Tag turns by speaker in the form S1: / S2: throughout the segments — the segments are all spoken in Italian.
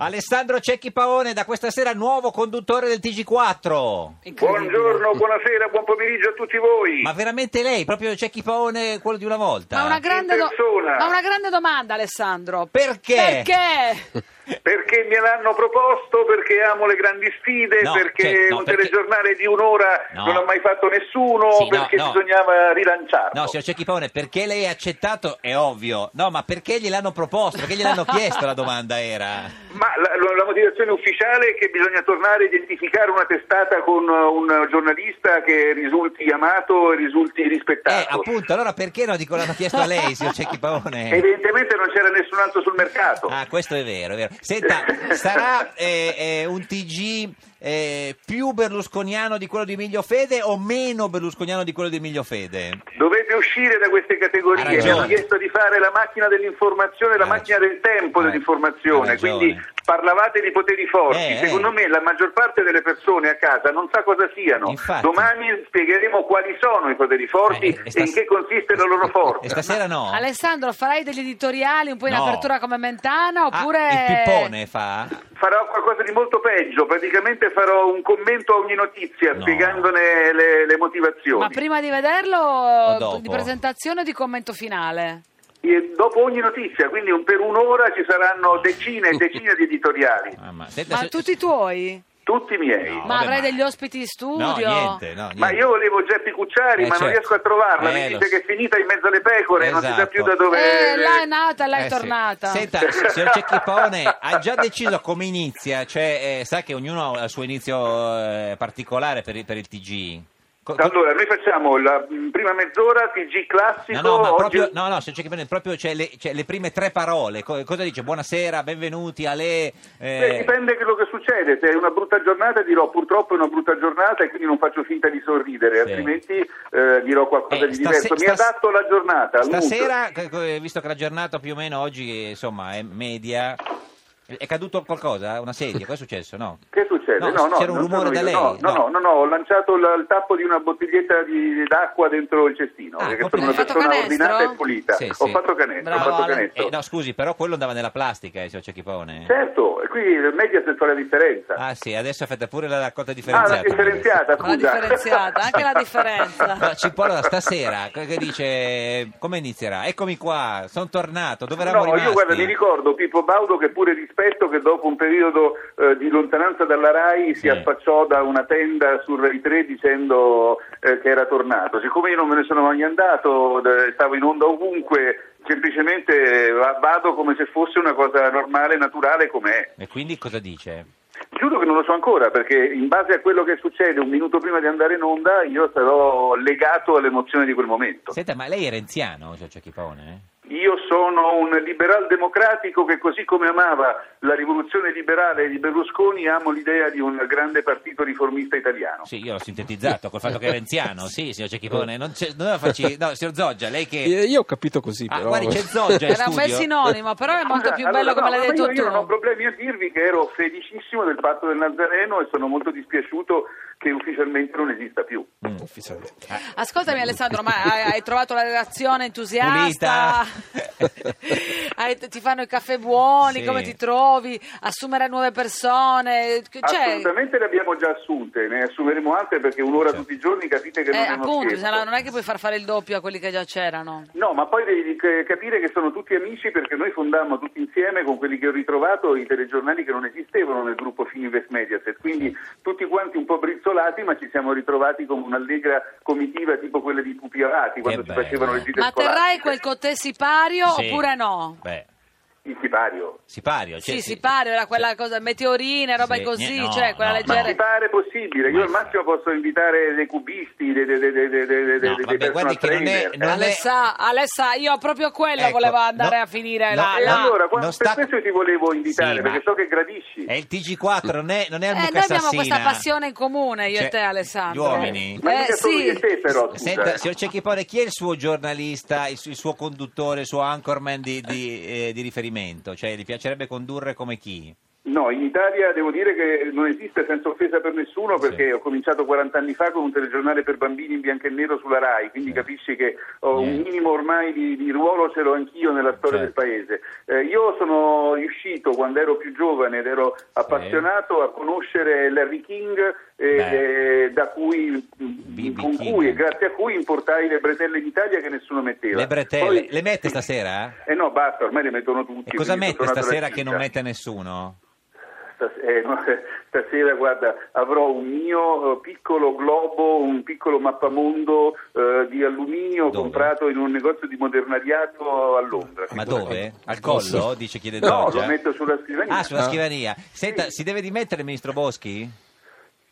S1: Alessandro Cecchi Paone, da questa sera nuovo conduttore del TG4.
S2: Buongiorno, buonasera, buon pomeriggio a tutti voi.
S1: Ma veramente lei, proprio Cecchi Paone, quello di una volta?
S3: Ma una grande,
S2: In persona.
S3: ma una grande domanda, Alessandro.
S1: Perché?
S3: Perché?
S2: Perché me l'hanno proposto, perché amo le grandi sfide,
S1: No,
S2: perché
S1: cioè, no,
S2: un
S1: perché-
S2: telegiornale di un'ora
S1: No.
S2: non l'ha mai fatto nessuno,
S1: Sì, no,
S2: perché
S1: no.
S2: bisognava rilanciarlo.
S1: No, signor Cecchi Paone, perché lei ha accettato è ovvio. No, ma perché gliel'hanno proposto? Perché gliel'hanno chiesto la domanda era?
S2: Ma la, la- la motivazione ufficiale è che bisogna tornare a identificare una testata con eh, un giornalista che risulti amato e risulti
S1: Eh,
S2: rispettato.
S1: appunto, allora perché non dico l'hanno chiesto a lei, signor Cecchi Paone?
S2: Evidentemente non c'era nessun altro sul mercato.
S1: Ah, questo è vero, è vero. Senta, sarà eh, eh, un TG eh, più berlusconiano di quello di Emilio Fede o meno berlusconiano di quello di Emilio Fede?
S2: Dovete uscire da queste
S1: Ha
S2: categorie,
S1: ragione.
S2: mi hanno chiesto di fare la macchina dell'informazione, la
S1: Ha
S2: macchina
S1: ragione.
S2: del tempo
S1: Eh, ha
S2: dell'informazione,
S1: ragione.
S2: quindi parlavate di poteri forti,
S1: Eh, eh.
S2: secondo me la maggior parte delle persone a casa non sa cosa siano,
S1: Infatti.
S2: domani spiegheremo quali sono i poteri forti
S1: Eh, e
S2: e,
S1: stas-
S2: in che consiste la loro
S1: E
S2: forza.
S1: stasera no?
S3: Alessandro, farai degli editoriali un po' in
S1: No.
S3: apertura come Mentana
S1: Ah,
S3: oppure...
S1: il pippone fa?
S2: Farò qualcosa di molto peggio, praticamente farò un commento a ogni notizia
S1: No.
S2: spiegandone le, le motivazioni.
S3: Ma prima di vederlo,
S1: dopo?
S3: di presentazione o di commento finale?
S2: E dopo ogni notizia, quindi un- per un'ora ci saranno decine e decine di editoriali,
S1: Mamma, senta,
S3: Ma
S1: Eh, se-
S3: tutti tuoi?
S2: tutti miei.
S1: No,
S3: ma
S1: vabbè,
S3: avrai
S1: ma-
S3: degli ospiti in studio?
S1: No, niente, no, niente.
S2: Ma io volevo Geppi Cucciari,
S1: Eh,
S2: ma
S1: certo.
S2: non riesco a trovarla.
S1: Eh,
S2: Mi
S1: lo
S2: dice
S1: so.
S2: che è finita in mezzo alle pecore, non si sa
S1: Esatto.
S2: più da dove.
S3: Eh, là è nata, là
S1: Eh,
S3: è
S1: sì.
S3: tornata.
S1: Senta, s- signor Cecchi Paone, ha già deciso come inizia? Cioè, eh, sa che ognuno ha il suo inizio eh, particolare per, il- per il TG? Co- co-
S2: Allora, noi facciamo la mm, prima mezz'ora TG classico.
S1: No, no, ma
S2: oggi-
S1: proprio, no, no, signor Cecchi Paone, proprio cioè, le, cioè, le prime tre parole, co- cosa dice? Buonasera, benvenuti, eh, a lei.
S2: Beh, Eh, dipende quello che succede, se è una brutta giornata dirò purtroppo è una brutta giornata e quindi non faccio finta di sorridere,
S1: Sì.
S2: altrimenti eh, dirò qualcosa
S1: Eh,
S2: di
S1: stase-
S2: diverso. Mi
S1: stas-
S2: adatto alla giornata. al mood.
S1: Stasera, co- co- visto che la giornata più o meno oggi, eh, insomma, è media, è caduto qualcosa? Una sedia? Cosa è successo? No.
S2: Che succede?
S1: No, c'era un
S2: non sono
S1: rumore da
S2: io,
S1: lei,
S2: No, no,
S1: no.
S2: no, no, no, ho lanciato la- il tappo di una bottiglietta di- d'acqua dentro il cestino.
S1: Ah,
S2: perché sono
S1: complimenti.
S2: una
S3: Hai fatto
S2: persona
S3: canestro?
S2: ordinata e pulita.
S1: Sì,
S2: Ho
S1: sì.
S2: fatto canestro,
S1: Bravo,
S2: ho fatto
S1: Ale.
S2: canestro.
S1: Eh, no, scusi, però quello andava nella plastica, eh, signor Cecchi Paone.
S2: Certo, e qui il Mediaset fa la differenza.
S1: Ah sì, adesso fate pure la raccolta
S2: Ah,
S1: differenziata.
S2: la differenziata,
S3: La
S2: scusa.
S3: differenziata, anche la differenza.
S1: No, ci può allora stasera, che che dice come inizierà? Eccomi qua, sono tornato, dove eravamo
S2: No, io
S1: rimasti?
S2: guarda, mi ricordo Pippo Baudo che pure rispetto che dopo un periodo eh, di lontananza dalla RAI
S1: Sì.
S2: si affacciò da una tenda sul Rai 3 dicendo eh, che era tornato. Siccome io non me ne sono mai andato, d- stavo in onda ovunque, semplicemente va- vado come se fosse una cosa normale, naturale come è.
S1: E quindi cosa dice?
S2: Giuro che non lo so ancora perché in base a quello che succede un minuto prima di andare in onda io sarò legato all'emozione di quel momento.
S1: Senta, ma lei è renziano, cioè Cecchi Paone?
S2: Io sono un liberal democratico che così come amava la rivoluzione liberale di Berlusconi amo l'idea di un grande partito riformista italiano.
S1: Sì, io l'ho sintetizzato col fatto che è renziano, sì, signor Cecchi Paone, non, c'è- non la facci... No, signor Zoggia, lei che...
S4: Eh, Io ho capito così,
S1: Ah,
S4: però.
S1: guardi, c'è Zoggia in
S3: Era un bel
S1: studio.
S3: sinonimo, però è molto
S2: Scusa,
S3: più
S2: Ah, allora,
S3: bello come
S2: no,
S3: l'hai
S2: ma
S3: detto
S2: io, io
S3: tu.
S2: non ho problemi a dirvi che ero felicissimo del patto del Nazareno e sono molto dispiaciuto che ufficialmente non esista più.
S4: Mm, Ufficialmente.
S3: Ascoltami Alessandro, ma hai, hai trovato la relazione entusiasta?
S1: Pulita.
S3: Hai- ti fanno i caffè buoni,
S1: Sì.
S3: come ti trovi? Assumere nuove persone? Che- Cioè,
S2: Assolutamente le abbiamo già assunte, ne assumeremo altre perché un'ora
S1: Certo.
S2: tutti i giorni capite che
S3: eh,
S2: non è uno
S3: appunto,
S2: scherzo.
S3: se no non è che puoi far fare il doppio a quelli che già c'erano.
S2: No, ma poi devi c- capire che sono tutti amici perché noi fondammo tutti insieme con quelli che ho ritrovato i telegiornali che non esistevano nel gruppo Fininvest Mediaset, quindi tutti quanti un po' brizzolati ma ci siamo ritrovati con un'allegra comitiva tipo quelle di Pupi Avati quando si
S1: bello,
S2: facevano
S1: eh.
S2: le gite
S3: Ma
S2: scolastiche.
S3: terrai quel cotè sipario
S1: Sì.
S3: oppure no?
S1: Beh,
S2: Il sipario.
S1: sipario. Cioè,
S3: sì, sipario, era quella cosa, meteorine, roba
S1: Sì,
S3: così,
S1: nie- no,
S3: cioè quella
S1: no,
S2: Ma
S3: leggera.
S2: ti pare possibile? Io al massimo posso invitare dei cubisti, dei, dei, dei, dei, dei, dei,
S1: No,
S2: dei
S1: vabbè, guardi
S2: personal
S1: che non è-
S2: trainer.
S1: non è-
S3: Alessa, Alessa, io proprio quella
S1: Ecco,
S3: volevo andare
S1: no,
S3: a finire
S1: no,
S3: là.
S1: no.
S2: E
S3: là.
S2: allora,
S1: non
S2: quando,
S1: sta-
S2: per questo io ti volevo invitare
S1: Sì, ma-
S2: perché so che gradisci.
S1: È il TG4, non è, non è il
S3: Eh,
S1: Mucca
S3: noi abbiamo
S1: Assassina.
S3: questa passione in comune, io
S1: Cioè,
S3: e te Alessandro.
S1: Gli uomini.
S2: Ma
S3: Eh,
S2: mica solo
S3: sì.
S2: io e te però, scusa.
S1: Senta,
S2: eh.
S1: signor Cecchipone, chi è il suo giornalista, il, su- il suo conduttore, il suo anchorman di, di, eh, di riferimento? Cioè, gli piacerebbe condurre come chi?
S2: No, No, in Italia devo dire che non esiste senza offesa per nessuno
S1: Sì.
S2: perché ho cominciato 40 anni fa con un telegiornale per bambini in bianco e nero sulla RAI, quindi capisci che ho un
S1: Niente.
S2: minimo ormai di, di ruolo ce l'ho anch'io nella storia
S1: Certo.
S2: del paese. Eh, io sono riuscito quando ero più giovane ed ero appassionato a conoscere Larry King eh,
S1: Beh.
S2: eh, da cui,
S1: B.B.
S2: con
S1: King.
S2: cui e grazie a cui importai le bretelle d'Italia che nessuno metteva.
S1: Le bretelle,
S2: Poi-
S1: le mette stasera?
S2: Eh no, basta, ormai le mettono tutti.
S1: E cosa
S2: quindi sono
S1: mette
S2: tornato alla
S1: stasera che non
S2: cicca.
S1: mette nessuno?
S2: Stas- eh, no, Stasera, guarda, avrò un mio eh, piccolo globo, un piccolo mappamondo eh, di alluminio
S1: Dove?
S2: comprato in un negozio di modernariato a Londra.
S1: Ma
S2: Figurati.
S1: dove? Al
S4: Non
S1: collo?
S4: so.
S1: Dice chiede
S2: No,
S1: Doggia.
S2: lo metto sulla scrivania.
S1: Ah, sulla
S4: Ah.
S1: scrivania. Senta, si deve dimettere il ministro Boschi?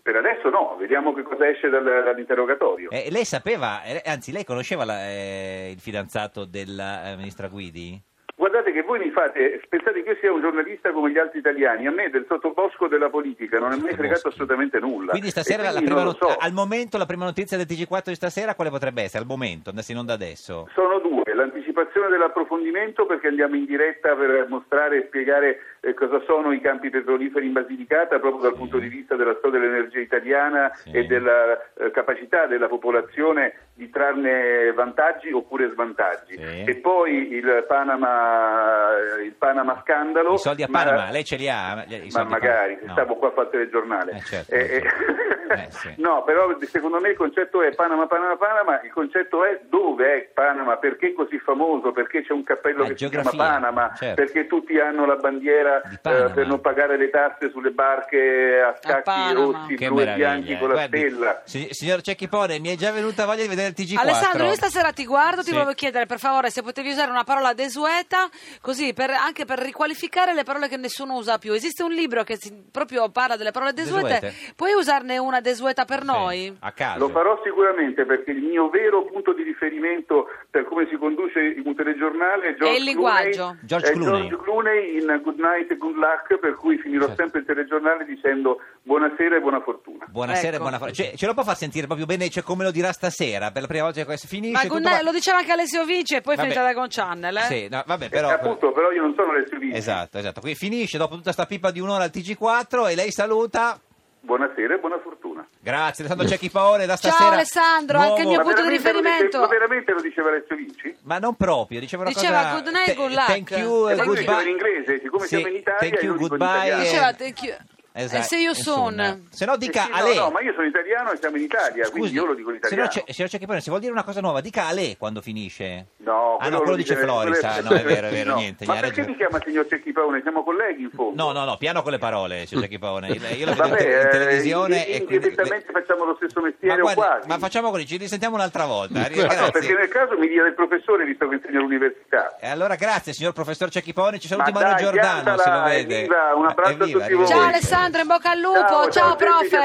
S2: Per adesso no, vediamo che cosa esce dal- dall'interrogatorio.
S1: Eh, lei sapeva, eh, anzi lei conosceva la- eh, il fidanzato della eh, ministra Guidi?
S2: Guardate che voi mi fate, pensate che io sia un giornalista come gli altri italiani, a me del sottobosco della politica non è mai fregato
S1: Boschi.
S2: assolutamente nulla.
S1: Quindi stasera
S2: E
S1: la
S2: quindi
S1: prima
S2: non lo
S1: not-
S2: so.
S1: al momento la prima notizia del TG4 di stasera quale potrebbe essere? Al momento, se non da adesso.
S2: Sono due, l'anticipazione dell'approfondimento perché andiamo in diretta per mostrare e spiegare eh, cosa sono i campi petroliferi in Basilicata proprio dal punto di vista della storia dell'energia italiana
S1: Sì.
S2: e della eh, capacità della popolazione di trarne vantaggi oppure svantaggi.
S1: Sì.
S2: E poi il Panama, il Panama scandalo.
S1: I soldi a
S2: ma-
S1: Panama, lei ce li ha? Eh, I soldi
S2: ma
S1: a
S2: magari,
S1: Panama?
S2: se
S1: No.
S2: stavo qua a fare il telegiornale.
S1: Eh, certo. Eh, sì.
S2: No, però secondo me il concetto è Panama, Panama, Panama, il concetto è dove è Panama, perché è così famoso, perché c'è un cappello
S1: Ah,
S2: che si
S1: geografia,
S2: chiama Panama,
S1: certo.
S2: perché tutti hanno la bandiera
S1: Di Panama.
S2: eh, per non pagare le tasse sulle barche a scacchi
S3: Panama.
S2: rossi,
S1: Che
S2: blu e bianchi
S1: meraviglia. eh.
S2: con la
S1: Guardi,
S2: stella.
S1: si- signor Cecchipone, mi è già venuta voglia di vedere il TG4.
S3: Alessandro, io stasera ti guardo, ti
S1: Sì.
S3: volevo chiedere per favore se potevi usare una parola desueta, così per- anche per riqualificare le parole che nessuno usa più. Esiste un libro che si- proprio parla delle parole desuete,
S1: Desuete.
S3: puoi usarne una desueta per
S1: Ah, Sì,
S3: noi?
S1: A caso.
S2: Lo farò sicuramente perché il mio vero punto di riferimento per come si conduce un telegiornale è George
S3: È il linguaggio.
S2: Clooney,
S1: George
S2: è
S1: Clooney. Certo.
S2: George Clooney in Good Night e Good Luck, per cui finirò sempre il telegiornale dicendo buonasera e buona fortuna.
S1: Buonasera e
S3: Ecco.
S1: buona fa- cioè, ce lo può far sentire proprio bene, cioè come lo dirà stasera, per la prima volta che si finisce
S3: Ma
S1: tutto
S3: Gunnar-
S1: va-
S3: lo diceva anche Alessio Vinci e poi è
S1: Vabbè.
S3: finita da Con Channel. eh?
S1: Sì, no, vabbè,
S2: Eh,
S1: però
S2: appunto, però io non sono Alessio Vinci.
S1: Esatto, esatto. Qui finisce dopo tutta sta pipa di un'ora al TG4 e lei saluta.
S2: Buonasera e buona fortuna.
S1: Grazie Alessandro Cecchi Paone da
S3: Ciao,
S1: stasera.
S3: Alessandro, anche il mio
S2: Ma
S3: punto di
S2: veramente lo dice-
S3: riferimento.
S2: ma veramente lo diceva Alessio Vinci?
S1: ma non proprio, diceva una
S3: Diceva
S1: cosa
S3: good night,
S1: te-
S3: good luck.
S1: Thank you,
S2: Eh, ma lui
S1: goodbye.
S2: diceva in inglese, siccome
S1: Sì,
S2: siamo in Italia,
S1: Thank you,
S2: io dico in
S1: goodbye.
S2: italiano.
S3: Diceva, te chi-
S1: Esatto,
S3: eh, se io
S1: insomma.
S3: sono...
S1: Se no
S2: Eh
S1: dica
S2: sì,
S1: a
S2: no,
S1: lei.
S2: no, ma io sono italiano e siamo in Italia, quindi
S1: Scusi,
S2: io lo dico in
S1: signor
S2: italiano.
S1: Ce- signor Cecchipone, se vuol dire una cosa nuova, dica a lei quando finisce.
S2: No,
S1: ah, no, quello
S2: lo
S1: dice Floris. ah, no, è vero, è vero,
S2: No.
S1: niente.
S2: Ma
S1: gli ha
S2: perché
S1: ragione.
S2: mi chiama signor Cecchi Paone? Siamo colleghi in fondo.
S1: No, no, no, piano con le parole, signor Cecchi Paone. Io io lo vedo in,
S2: Vabbè,
S1: te- in
S2: eh,
S1: televisione
S2: in-
S1: e quindi...
S2: indipendentemente facciamo lo stesso
S1: Ma,
S2: mestiere o
S1: guardi,
S2: quasi.
S1: ma facciamo così, ci risentiamo un'altra volta. eh,
S4: Ma
S2: Ah,
S4: no,
S2: no,
S1: grazie.
S2: perché nel caso mi dia del professore visto che insegna all'università.
S1: E allora grazie signor professor Cecchipone, ci
S2: Ma
S1: saluti Mario
S2: dai,
S1: Giordano
S2: andala,
S1: se lo vede.
S2: evviva, un
S1: Ah,
S2: abbraccio a
S1: evviva,
S2: tutti voi.
S3: Ciao
S1: arrivederci.
S3: Alessandro, in bocca al lupo, ciao,
S2: ciao, senti, ti
S3: prof.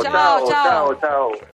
S3: ciao.
S2: ciao, ciao. ciao.